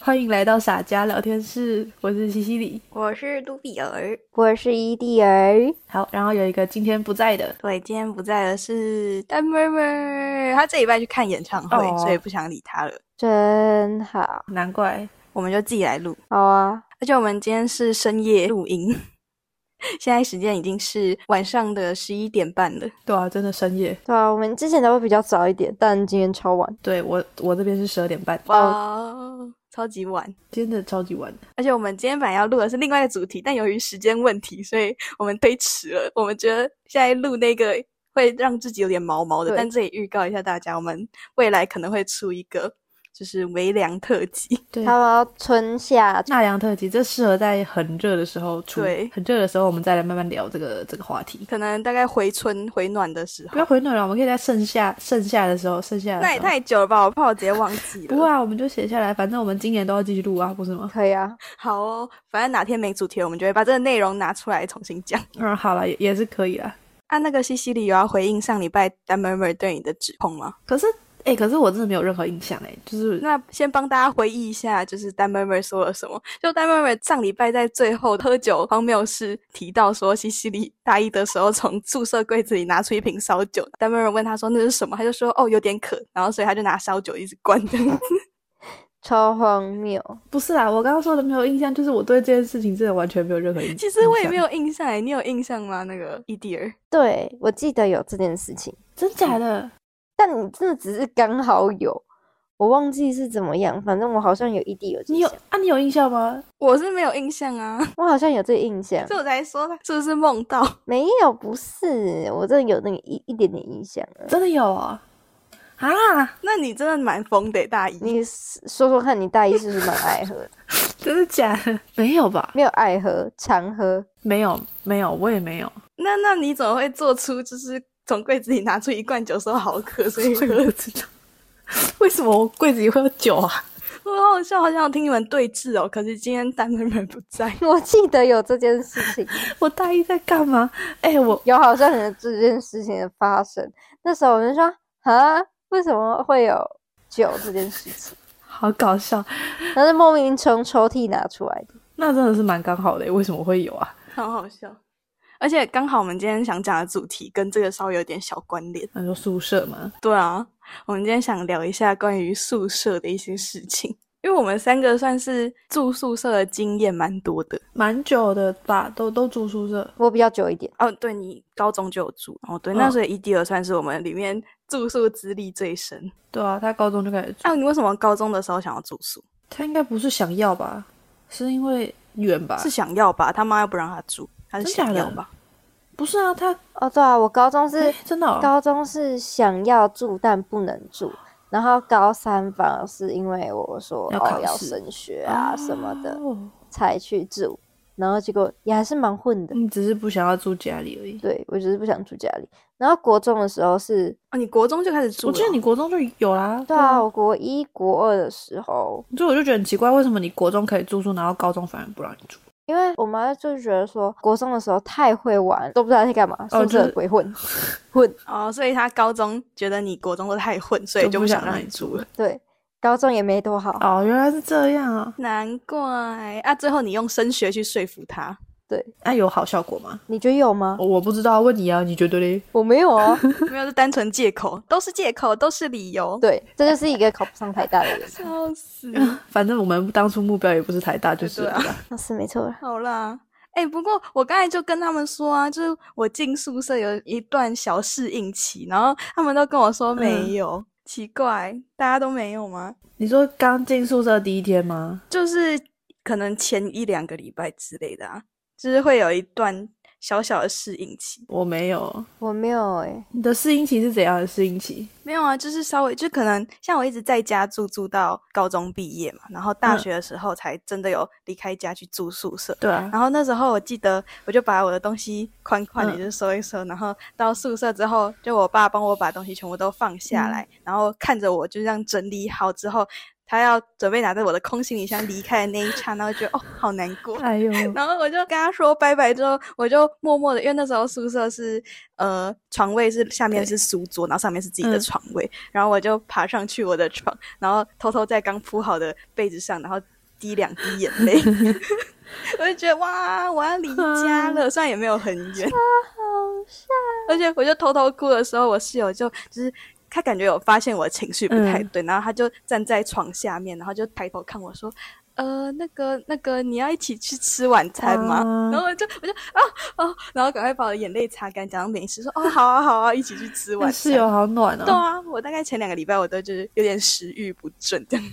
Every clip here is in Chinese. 欢迎来到傻家聊天室，我是西西里。我是杜比儿，我是伊蒂儿，好，然后有一个今天不在的，对，今天不在的是丹妹妹，她这礼拜去看演唱会，哦所以不想理她了，真好，难怪我们就自己来录，好啊，而且我们今天是深夜录音，现在时间已经是晚上的十一点半了，对啊，真的深夜。对啊，我们之前都会比较早一点，但今天超晚，对我，我这边是十二点半，哇，超级晚。今天真的超级晚。而且我们今天本来要录的是另外一个主题，但由于时间问题，所以我们推迟了。我们觉得现在录那个会让自己有点毛毛的，对但这里预告一下大家，我们未来可能会出一个就是微凉特辑。对他们要春夏，纳凉特辑，这适合在很热的时候出，对很热的时候我们再来慢慢聊这个这个话题。可能大概回春回暖的时不要候，回暖了，我们可以在盛夏盛夏的时候，盛夏的时候那也太久了吧，我怕我直接忘记不会了。啊，我们就写下来，反正我们今年都要继续录啊，不是吗？可以啊，好哦，反正哪天没主题，我们就会把这个内容拿出来重新讲。嗯，好了，也也是可以啦。啊，那个西西里有要回应上礼拜丹妹妹对你的指控吗？可是，哎、可是我真的没有任何印象哎、就是那先帮大家回忆一下，就是丹妹妹说了什么。就丹妹妹上礼拜在最后喝酒荒谬事提到说，西西里大一的时候从宿舍柜子里拿出一瓶烧酒，丹妹妹问她说那是什么，她就说哦有点渴，然后所以她就拿烧酒一直灌这样子。 超荒谬，不是啦，我刚刚说的没有印象，就是我对这件事情真的完全没有任何印象。其实我也没，有印象哎，你有印象吗？那个伊迪尔，对我记得有这件事情，真假的，但你真的只是刚好有，我忘记是怎么样，反正我好像有一地有这你有印象，啊？你有印象吗？我是没有印象啊， 我好像有这个印象，所以我才说是不是梦到？ 没有，不是，我真的有那个一一点点印象啊，真的有啊、啊？那你真的蛮疯的欸大一，你说说看你大一是不是蛮爱喝的？真的假的？没有吧？没有爱喝，常喝， 没有，没有，我也没有。那那你怎么会做出就是从柜子里拿出一罐酒说好渴，所以我喝 也不知道为什么我柜子里会有酒啊？我好笑，好想听你们对峙哦。可是今天丹妹妹不在，我记得有这件事情。我大一在干嘛？哎、我有好像有这件事情的发生。那时候我就说啊，为什么会有酒这件事情？ 好搞笑，然后就莫名从抽屉拿出来的，那真的是蛮刚好的。为什么会有啊？ 好好笑。而且刚好我们今天想讲的主题跟这个稍微有点小关联。那就宿舍嘛，对啊，我们今天想聊一下关于宿舍的一些事情，因为我们三个算是住宿舍的经验蛮多的。蛮久的吧，都都住宿舍。我比较久一点，哦，对你高中就有住哦，对，嗯那所以伊迪尔算是我们里面住宿资历最深。对啊，他高中就开始住。啊，你为什么高中的时候想要住宿？他应该不是想要吧？是因为远吧？是想要吧？他妈又不让他住，他是真假想的要吧？不是啊？他哦，对啊，我高中是哎真的哦高中是想要住但不能住，然后高三反而是因为我说要考哦要试升学啊什么的、哦才去住，然后结果也还是蛮混的。你只是不想要住家里而已。对我就是不想住家里。然后国中的时候是，哦，你国中就开始住我了哦？记得你国中就有啦。对啊，我国一国二的时候所以我就觉得很奇怪，为什么你国中可以住宿，然后高中反而不让你住？因为我妈就觉得说，国中的时候太会玩，都不知道在干嘛，哦宿就是舍鬼混、混。哦，所以他高中觉得你国中都太混，所以就不想让你住住了。。对，高中也没多好，哦，原来是这样啊！难怪啊！最后你用升学去说服他，那、有好效果吗？你觉得有 吗？我不知道，问你啊，你觉得嘞？我没有啊。没有是单纯借口，都是借口，都是理 由。，对，这就是一个考不上台大的人笑死！反正我们当初目标也不是台大，就是对了啊啦那 是没错啦。好啦，哎、不过我刚才就跟他们说啊，就是我进宿舍有一段小适应期，然后他们都跟我说没有，奇怪，大家都没有吗？你说刚进宿舍第一天吗？就是可能前一两个礼拜之类的啊，就是会有一段小小的适应期。我没有。我没有哎、你的适应期是怎样的适应期？没有啊，就是稍微就可能像我一直在家住住到高中毕业嘛，然后大嗯学的时候才真的有离开家去住宿舍。对啊，然后那时候我记得，我就把我的东西宽宽的嗯就收一收，然后到宿舍之后，嗯就我爸帮我把东西全部都放下来，然后看着我就这样整理好之后，他要准备拿着我的空行李箱离开的那一刹那，我觉得哦，好难过。哎呦， 然后我就跟他说拜拜之后，我就默默的，因为那时候宿舍是呃床位是下面是书桌，然后上面是自己的嗯床位，然后我就爬上去我的床，然后偷偷在刚铺好的被子上，然后滴两滴眼 泪，我就觉得哇，我要离家了，虽然也没有很远，好笑，而且我就偷偷哭的时候，我室友就就是他感觉有发现我情绪不嗯太对，然后他就站在床下面，然后就抬头看我说。呃，那个，那个，你要一起去吃晚餐吗？啊然后我就，我就啊啊，然后赶快把我的眼泪擦干，假装没事，说哦，好啊，好啊，一起去吃晚那餐。室友好暖对哦！啊，我大概前两个礼拜我都就是有点食欲不 振，这样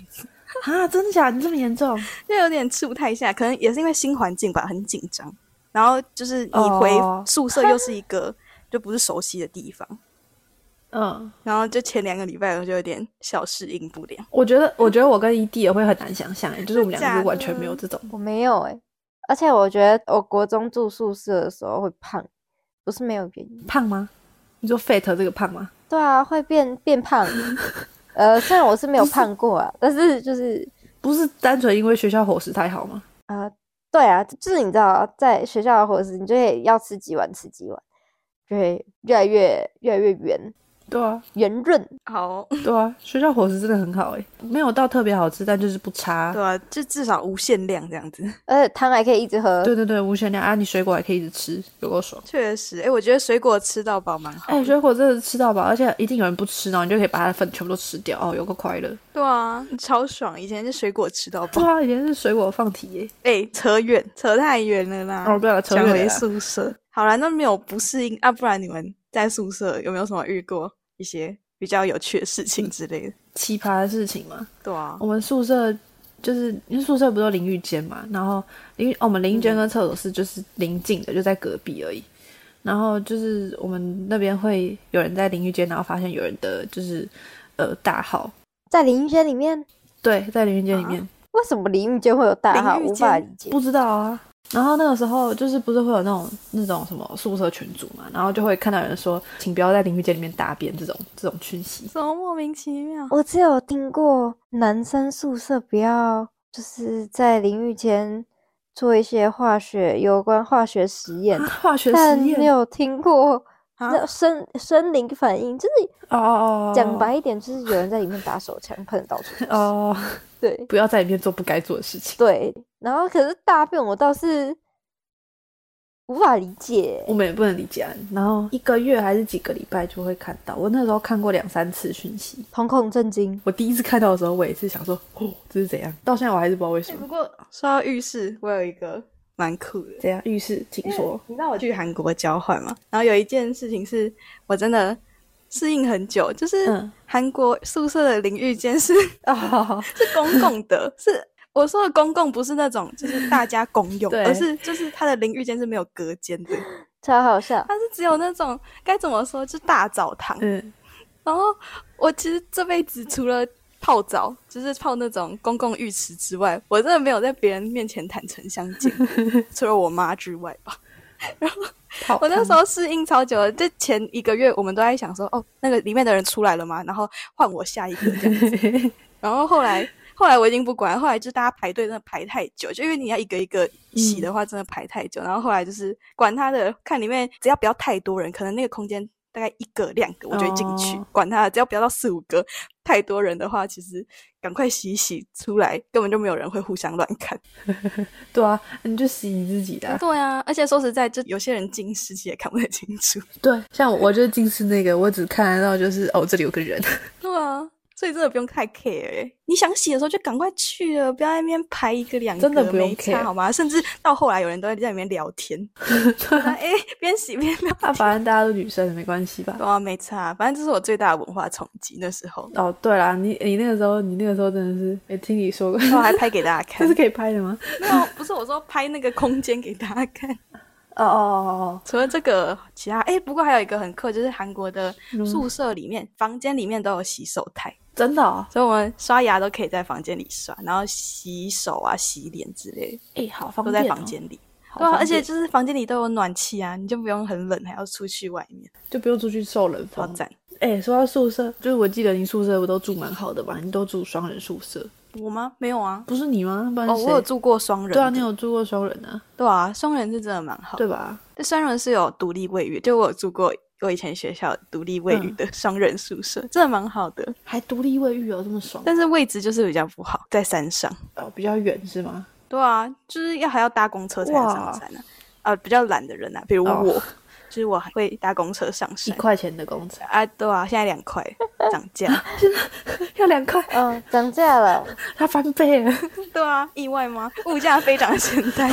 啊，真的假的？你这么严重？就有点吃不太下，可能也是因为新环境吧，很紧张。然后就是你回哦宿舍又是一 个就不是熟悉的地方，嗯，然后就前两个礼拜我就有点小适应不良，我觉得，我觉得我跟一弟也会很难想象，欸就是我们两个假就的完全没有这种。我没有哎、而且我觉得我国中住宿舍的时候会胖，不是没有原因。胖吗？你说 fat 这个胖吗？对啊，会变变胖。呃，虽然我是没有胖过啊，但是就是不是单纯因为学校伙食太好吗？啊，对啊，就是你知道，在学校的伙食，你就会要吃几碗吃几碗，就会越来越越来越圆对啊，圆润。好哦、对啊，学校伙食真的很好诶、欸没有到特别好吃，但就是不差。对啊，就至少无限量这样子，而且汤还可以一直喝。对对对，无限量啊！你水果还可以一直吃，有够爽。确实，哎，我觉得水果吃到饱蛮好哎、的，水果真的吃到饱，而且一定有人不吃，然后你就可以把它的粉全部都吃掉，哦，有个快乐。对啊，超爽，以前是水果吃到对饱，啊，以前是水果放题耶、哎，扯远，扯太远了啦，哦，不要扯讲远了回啦。宿舍，好啦，那没有不适应啊，不然你们在宿舍有没有什么遇过一些比较有趣的事情之类的？奇葩的事情嘛，对啊我，们宿舍就是因为宿舍不是有淋浴间嘛，然后淋浴、哦我们淋浴间跟厕所是就是邻近的，就在隔壁而已。然后就是我们那边会有人在淋浴间，然后发现有人的就是呃大号，在淋浴间里面，对，在淋浴间里面、为什么淋浴间会有大淋号？浴无法理间解。不知道啊。然后那个时候就是不是会有那种那种什么宿舍群组嘛，然后就会看到有人说，请不要在淋浴间里面大便这种这种讯息。怎么莫名其妙？我只有听过男生宿舍不要就是在淋浴间做一些化学有关化学实验啊，化学但实没验，哦有听过啊那生生理反应，就是哦哦，哦讲白一点，就是有人在里面打 手枪，喷得到处都是。哦，对不要在里面做不该做的事情。对，然后可是大便我倒是无法理解我。们也不能理解啊。然后一个月还是几个礼拜就会看到，我那时候看过两三次讯息。瞳孔震惊，我第一次看到的时候，我也是想说，哦，这是怎样？到现在我还是不知道为什哎么。不过说到浴室，我有一个蛮酷的，怎样？浴室，请说。你知道我去韩国交换嘛？然后有一件事情是我真的适应很久，就是嗯韩国宿舍的淋浴间是、 啊， 是公共 的，是我说的公共不是那种就是大家公 用，对而是就是它的淋浴间是没有隔间的，超好笑。它是只有那种该怎么说，就是大澡堂。嗯，然后我其实这辈子除了泡澡，就是泡那种公共浴池之外，我真的没有在别人面前坦诚相见， 除了我妈之外吧。泡我那汤时候适应超久了，就前一个月我们都在想说，哦，那个里面的人出来了吗？然后换我下一个这样子。 然后后来，后来我已经不管了，后来就大家排队真的排太久，就因为你要一个一个洗的话，真的排太久。然后后来就是管他的，看里面只要不要太多人，可能那个空间大概一个两个，我就会进去。哦管他的，只要不要到四五个，太多人的话，其实赶快洗一洗出来，根本就没有人会互相乱看。对啊，你就洗你自己的啊、对啊，而且说实在，就有些人近视其实也看不太清楚。对，像我，我就是近视那个，我只看得到就是哦，这里有个人。 对啊，所以真的不用太 care 欸你想洗的时候就赶快去了，不要在那边排一个两个，真的不用没差 care 好吗？甚至到后来有人都会在里面聊天， 对啊，哎、边洗边聊。 啊反正大家都女生，没关系吧？对啊，没差，反正这是我最大的文化冲击。那时候哦，对啦，你你那个时候，你那个时候真的是，也听你说过，然后还拍给大家 看 这是，可以拍的吗？没有，不是我说拍那个空间给大家看。 哦哦哦哦，除了这个，其他哎、不过还有一个很酷，就是韩国的嗯宿舍里面、房间里面都有洗手台，真的哦，所以我们刷牙都可以在房间里刷，然后洗手啊、洗脸之类的哎、好方都便、在房，间里。好对啊，方而且便就是房间里都有暖气啊，你就不用很冷，还要出去外面，就不用出去受冷超风。赞。哎、说到宿舍，就是我记得你宿舍我都住蛮好的吧？你都住双人宿舍，我吗？没有啊。不是你吗？不然哦，是我有谁？住过双人的。对啊，你有住过双人啊，对啊，双人是真的蛮好。对吧？但双人是有独立卫浴，就我有住过我以前学校独立卫浴嗯的双人宿舍，真的蛮好的。还独立卫浴哦，这么爽。但是位置就是比较不好，在山上。哦，比较远是吗？对啊，就是要还要搭公车才能上哇山啊。啊，比较懒的人啊，比如哦我，就是我还会搭公车上一山。块钱的工资啊，对啊，现在两块涨 价。要两块，嗯，涨价了，它翻倍 了，对啊，意外吗？物价飞涨的现代，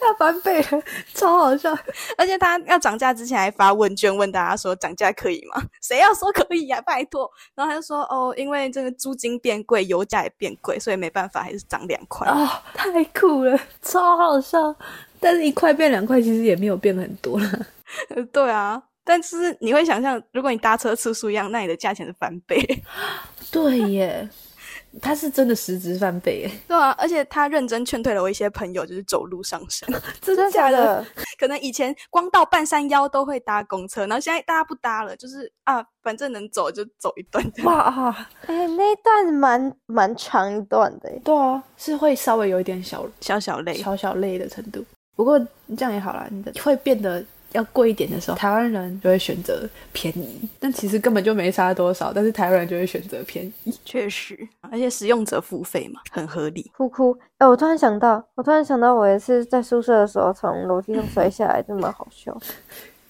它翻倍了，超好笑。而且他要涨价之前还发问卷问大家说涨价可以吗？谁要说可以呀、啊拜托。然后他就说哦，因为这个租金变贵，油价也变贵，所以没办法，还是涨两块。哦，太酷了，超好笑。但是一块变两块，其实也没有变很多了。 对啊，但是你会想象，如果你搭车次数一样，那你的价钱是翻倍。 对耶，它是真的实值翻倍耶，对啊，而且他认真劝退了我一些朋友，就是走路上山。真 真的假的？的？ 可能以前光到半山腰都会搭公车，然后现在大家不搭了，就是啊，反正能走就走一段。哇啊，哎，那一段蛮蛮长一段的耶，对啊，是会稍微有一点小小小累，小小累的程度。不过这样也好啦，你的会变得要贵一点的时候，台湾人就会选择便宜，但其实根本就没差多少，但是台湾人就会选择便宜。 确实，而且使用者付费嘛，很合理。哭哭。哎，我突然想到，我突然想到，我也是在宿舍的时候从楼梯上摔下来，就蛮好笑。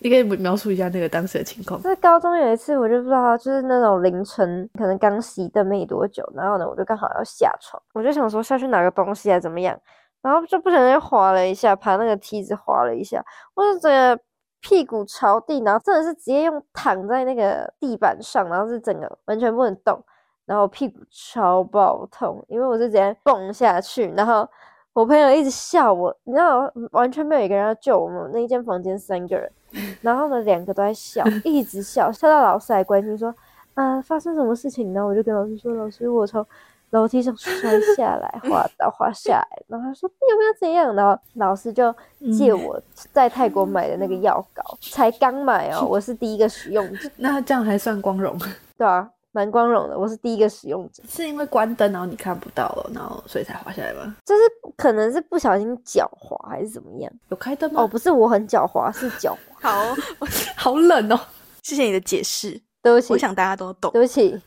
你可以描述一下那个当时的情况。在高中有一次，我就不知道，就是那种凌晨，可能刚熄灯没多久，然后呢，我就刚好要下床，我就想说下去拿个东西啊，怎么样？然后就不小心滑了一下，爬那个梯子滑了一下，我就整个屁股朝地，然后真的是直接用躺在那个地板上，然后是整个完全不能动，然后屁股超爆痛，因为我是直接蹦下去，然后我朋友一直笑我，你知道完全没有一个人要救我们，那一间房间三个人，然后呢两个都在笑，一直笑，笑到老师还关心说，啊、发生什么事情呢？我就跟老师说，老师我从楼梯上摔下来，滑倒滑下来，然后他说你有没有怎样？然后老师就借嗯我在泰国买的那个药膏，才刚买哦，我是第一个使用者，那这样还算光荣，对啊，蛮光荣的，我是第一个使用者。 是因为关灯然后你看不到了，然后所以才滑下来吗？就是可能是不小心脚滑还是怎么样？有开灯吗？哦，不是我很狡猾，是脚滑。好哦、好冷哦，谢谢你的解释，对不起我，想大家都懂。对不起，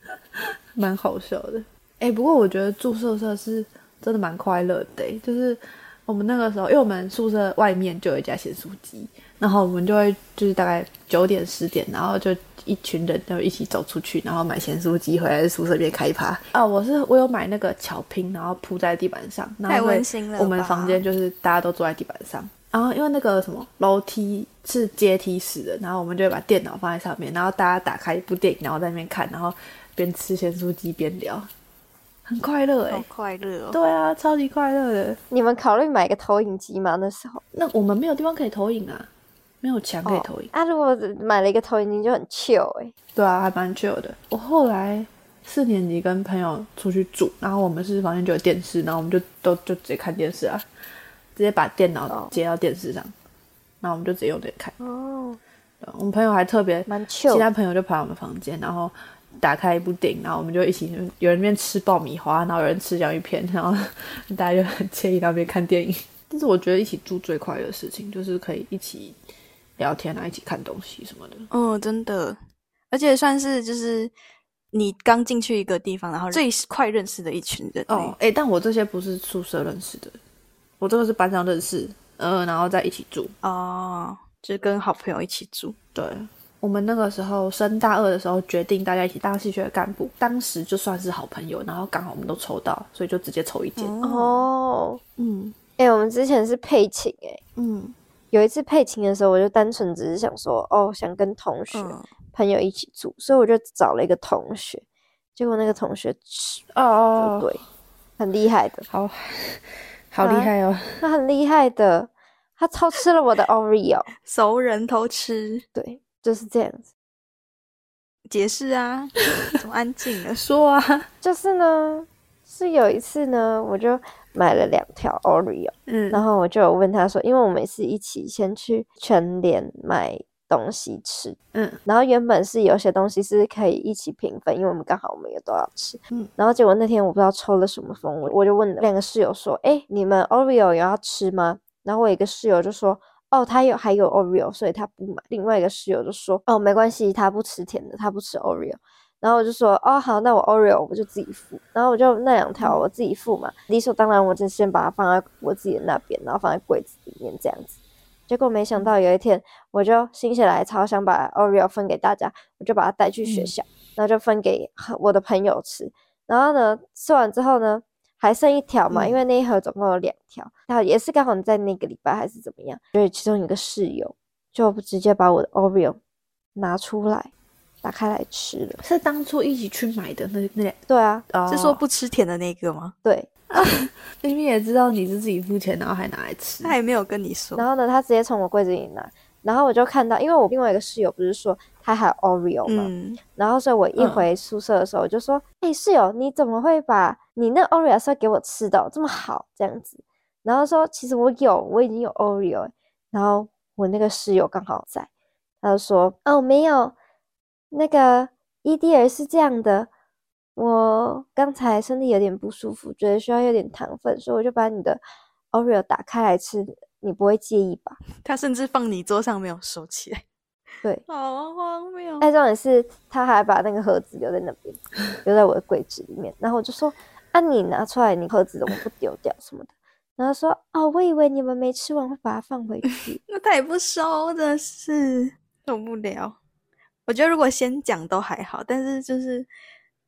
蛮好笑的。哎、不过我觉得住宿舍是真的蛮快乐的欸、就是我们那个时候，因为我们宿舍外面就有一家咸酥鸡，然后我们就会就是大概九点十点，然后就一群人就一起走出去，然后买咸酥鸡回来宿舍里面开趴。啊，我是我有买那个巧拼，然后铺在地板上，然后太因为温馨了我们吧房间就是大家都坐在地板上。然后因为那个什么楼梯是阶梯式的，然后我们就会把电脑放在上面，然后大家打开一部电影，然后在那边看，然后边吃咸酥鸡边聊，很快乐哎、好快乐哦！对啊，超级快乐的。你们考虑买个投影机吗？那时候那我们没有地方可以投影啊，没有墙可以投影。啊，如果买了一个投影机就很 chill 哎、对啊，还蛮 chill 的。我后来四年级跟朋友出去住，然后我们是房间就有电视，然后我们就都就直接看电视啊，直接把电脑哦接到电视上，然后我们就直接用这个看。哦，对我们朋友还特别蛮其 chill 他朋友就跑到我们房间，然后打开一部电影，然后我们就一起，有人在那边吃爆米花，然后有人吃洋芋片，然后 大家就很惬意在那边看电影。但是我觉得一起住最快乐的事情就是可以一起聊天啊，一起看东西什么的。嗯，真的，而且算是就是你刚进去一个地方，然后最快认识的一群人哦，，哎、但我这些不是宿舍认识的，我这个是班上认识，呃，然后在一起住。哦，就是跟好朋友一起住，对，我们那个时候升大二的时候决定大家一起当系学会干部，当时就算是好朋友，然后刚好我们都抽到，所以就直接抽一间。哦。嗯哎、我们之前是配琴哎、嗯有一次配琴的时候，我就单纯只是想说，哦，想跟同学、嗯，朋友一起住，所以我就找了一个同学，结果那个同学哦哦哦，对，很厉害的， 好好厉害哦！他很厉害的，他偷吃了我的 Oreo，熟人偷吃，对，就是这样子。解释啊， 怎么安静了？说啊，就是呢，是有一次呢，我就买了两条 Oreo， 嗯然后我就有问他说，因为我每次一起先去全联买东西吃。嗯，然后原本是有些东西是可以一起平分，因为我们刚好我们也都要吃。嗯然后结果那天我不知道抽了什么风，我我就问两个室友说：“哎，你们 Oreo 有要吃吗？”然后我一个室友就说：“哦，他有还有 Oreo，所以他不买。”另外一个室友就说：“哦，没关系，他不吃甜的，他不吃 Oreo。”然后我就说：“哦，好，那我 Oreo 我就自己付。”然后我就那两条我自己付嘛，理所当然我就先把它放在我自己的那边，然后放在柜子里面这样子。结果没想到有一天，我就心血来潮想把 Oreo 分给大家，我就把它带去学嗯校，然后就分给我的朋友吃。然后呢，吃完之后呢，还剩一条嘛，因为那一盒总共有两条，然后也是刚好在那个礼拜还是怎么样，所以其中一个室友就直接把我的 Oreo 拿出来打开来吃了。是当初一起去买的那那两，对啊，哦是说不吃甜的那个吗？对，明明也知道你是自己付钱，然后还拿来吃他，也没有跟你说然。后呢，他直接从我柜子里拿，然后我就看到，因为我另外一个室友不是说他还有 Oreo 吗？嗯，然后所以我一嗯回宿舍的时候，我就说：“哎、室友，你怎么会把你那 Oreo 是要给我吃的哦、这么好这样子？”然后说：“其实我有，我已经有 Oreo。”了。”然后我那个室友刚好在，他就说：“哦，没有，那个 EDR 是这样的，我刚才身体有点不舒服，觉得需要有点糖分，所以我就把你的 Oreo 打开来吃，你不会介意吧他甚至放你桌上没有收起来，？”对，好荒 谬。但重点是，他还把那个盒子留在那边，留在我的柜子里面。然后我就说：“啊，你拿出来，你盒子怎么不丢掉什么的？”然后说：“哦，我以为你们没吃完会把它放回去。 那他也不收，真的是受不了。我觉得如果先讲都还好，但是就是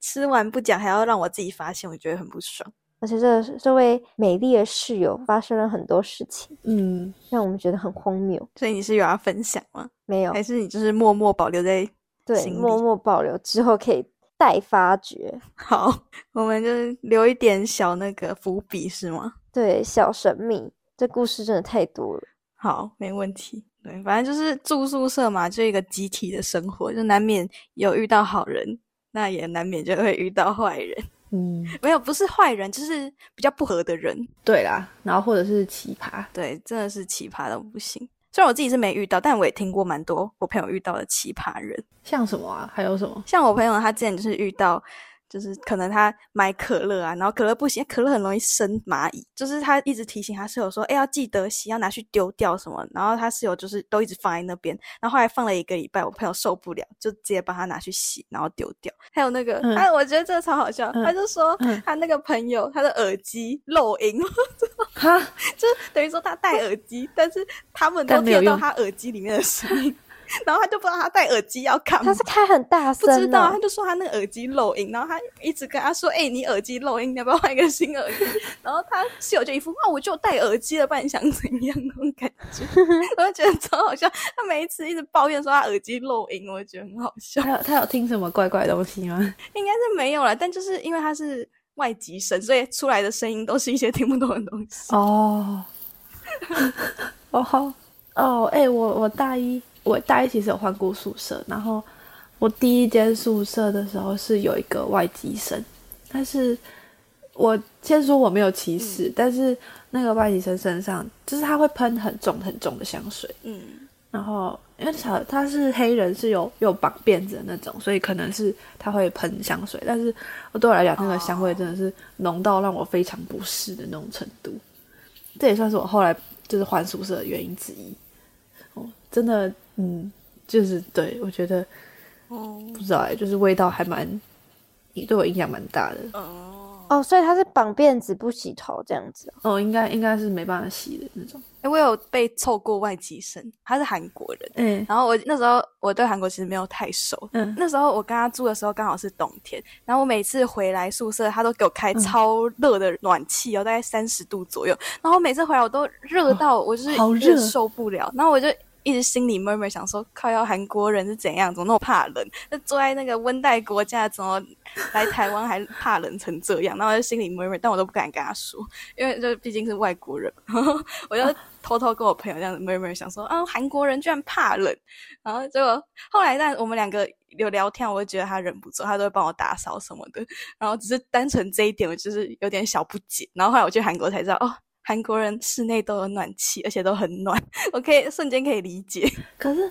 吃完不讲，还要让我自己发现，我觉得很不爽。”而且这这位美丽的室友发生了很多事情，嗯，让我们觉得很荒谬。所以你是有要分享吗？没有还是你就是默默保留在对，行默李默保留之后可以待发掘。好？我们就是留一点小那个伏笔是吗？对，小神秘，这故事真的太多了。好，没问题。对，反正就是住宿舍嘛，就一个集体的生活，就难免有遇到好人，那也难免就会遇到坏人。 嗯，没有，不是坏人，就是比较不合的人。对啦，然后或者是奇葩，对，真的是奇葩到不行。虽然我自己是没遇到，但我也听过蛮多我朋友遇到的奇葩人。像什么啊？还有什么？像我朋友，他之前就是遇到，就是可能他买可乐啊，然后可乐不行，可乐很容易生蚂蚁，就是他一直提醒他室友说，哎、要记得洗，要拿去丢掉什么。然后他室友就是都一直放在那边，然后后来放了一个礼拜，我朋友受不了，就直接帮他拿去洗，然后丢掉。还有那个，嗯哎，我觉得这个超好笑，嗯他就说、嗯他那个朋友他的耳机漏音。哈，就是等于说他戴耳机，但是他们都但没听有得到用他耳机里面的声音， 然后他就不知道他戴耳机要干嘛他是。开很大不声、哦，知道，他就说他那个耳机漏音，然后他一直跟他说：“哎、你耳机漏音，你要不要换一个新耳机？” 然后他室友就一副“啊，我就戴耳机了，不然你想怎样？”那种感 觉，我就觉得超好笑。他每一次一直抱怨说他耳机漏音，我觉得很好笑。 他有他有听什么怪怪的东西吗？应该是没有了，但就是因为他是外籍生，所以出来的声音都是一些听不懂的东西。哦， 哦好，哦，哎、我我大一，我大一其实有换过宿舍，然后我第一间宿舍的时候是有一个外籍生，但是我先说我没有歧视，但是那个外籍生身上就是他会喷很重很重的香水，嗯，然后因为他他是黑人，是有有绑辫子的那种，所以可能是他会喷香水，但是对我来讲，那个香味真的是浓到让我非常不适的那种程度。这也算是我后来就是换宿舍的原因之一。哦，真的，嗯，就是对我觉得哦，不知道哎，就是味道还蛮，对我影响蛮大的。哦。哦，所以他是绑辫子不洗头这样子哦。哦，应该应该是没办法洗的那种。欸，我有被凑过外籍生，他是韩国人。嗯然后我那时候我对韩国其实没有太熟，嗯那时候我跟他住的时候刚好是冬天，然后我每次回来宿舍，他都给我开超热的暖气哦，大概三十度左右。然后每次回来我都热到我就是哦好一直热受不了，然后我就一直心里 murmur 想说，靠，要韩国人是怎样，怎么那么怕冷？那住在那个温带国家，怎么来台湾还怕冷成这样？然后我就心里 murmur，但我都不敢跟他说，因为就毕竟是外国人。然后 我啊就偷偷跟我朋友这样子 murmur 想说，啊，韩国人居然怕冷。然后结果后来，但我们两个有聊天，我就觉得他人不错，他都会帮我打扫什么的。然后只是单纯这一点，我就是有点小不解。然后后来我去韩国才知道，哦，韩国人室内都有暖气，而且都很暖，我可以瞬间可以理解。可是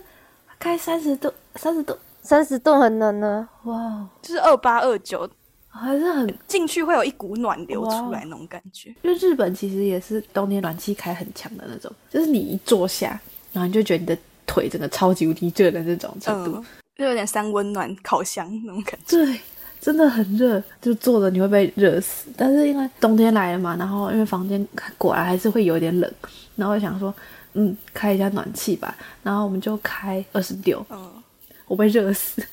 开三十度，三十度，三十度很难呢、哇哦，就是二八二九还是很。进去会有一股暖流出哇来那种感觉。因为日本其实也是冬天暖气开很强的那种，就是你一坐下，然后你就觉得你的腿整个超级无敌热的那种程度。嗯，就有点三温暖烤箱那种感觉。对，真的很热，就坐着你会被热死。但是因为冬天来了嘛，然后因为房间果然还是会有点冷，然后我想说，嗯，开一下暖气吧。然后我们就开二十六，嗯，我被热死。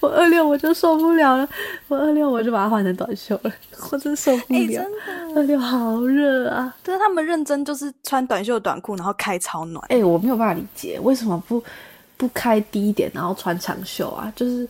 我二六我就受不了了，我二六我就把它换成短袖了，我真受不哎、了。真二的，六好热啊！对他们认真就是穿短袖短裤，然后开超暖。哎、我没有办法理解为什么不不开低一点，然后穿长袖啊，就是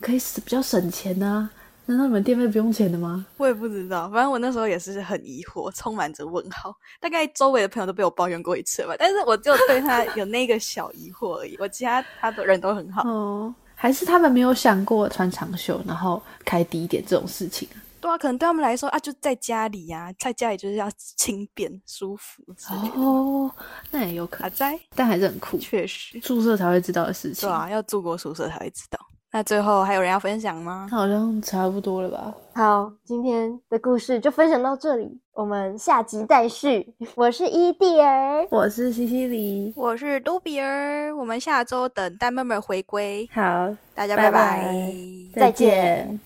可以省比较省钱啊。难道你们电费不用钱的吗？我也不知道，反正我那时候也是很疑惑，充满着问号。大概周围的朋友都被我抱怨过一次吧，但是我就对他有那个小疑惑而已。我其他他的人都很好。哦，还是他们没有想过穿长袖，然后开低一点这种事情啊？对啊，可能对他们来说啊，就在家里呀、在家里就是要轻便、舒服之类的。哦，那也有可啊，能，在但还是很酷，确实，宿舍才会知道的事情。对啊，要住过宿舍才会知道。那最后还有人要分享吗？那好像差不多了吧？好，今天的故事就分享到这里，我们下集再续。我是伊蒂儿，我是西西里，我是卢比儿，我们下周等丹妹妹回归，好，大家拜拜拜拜再见见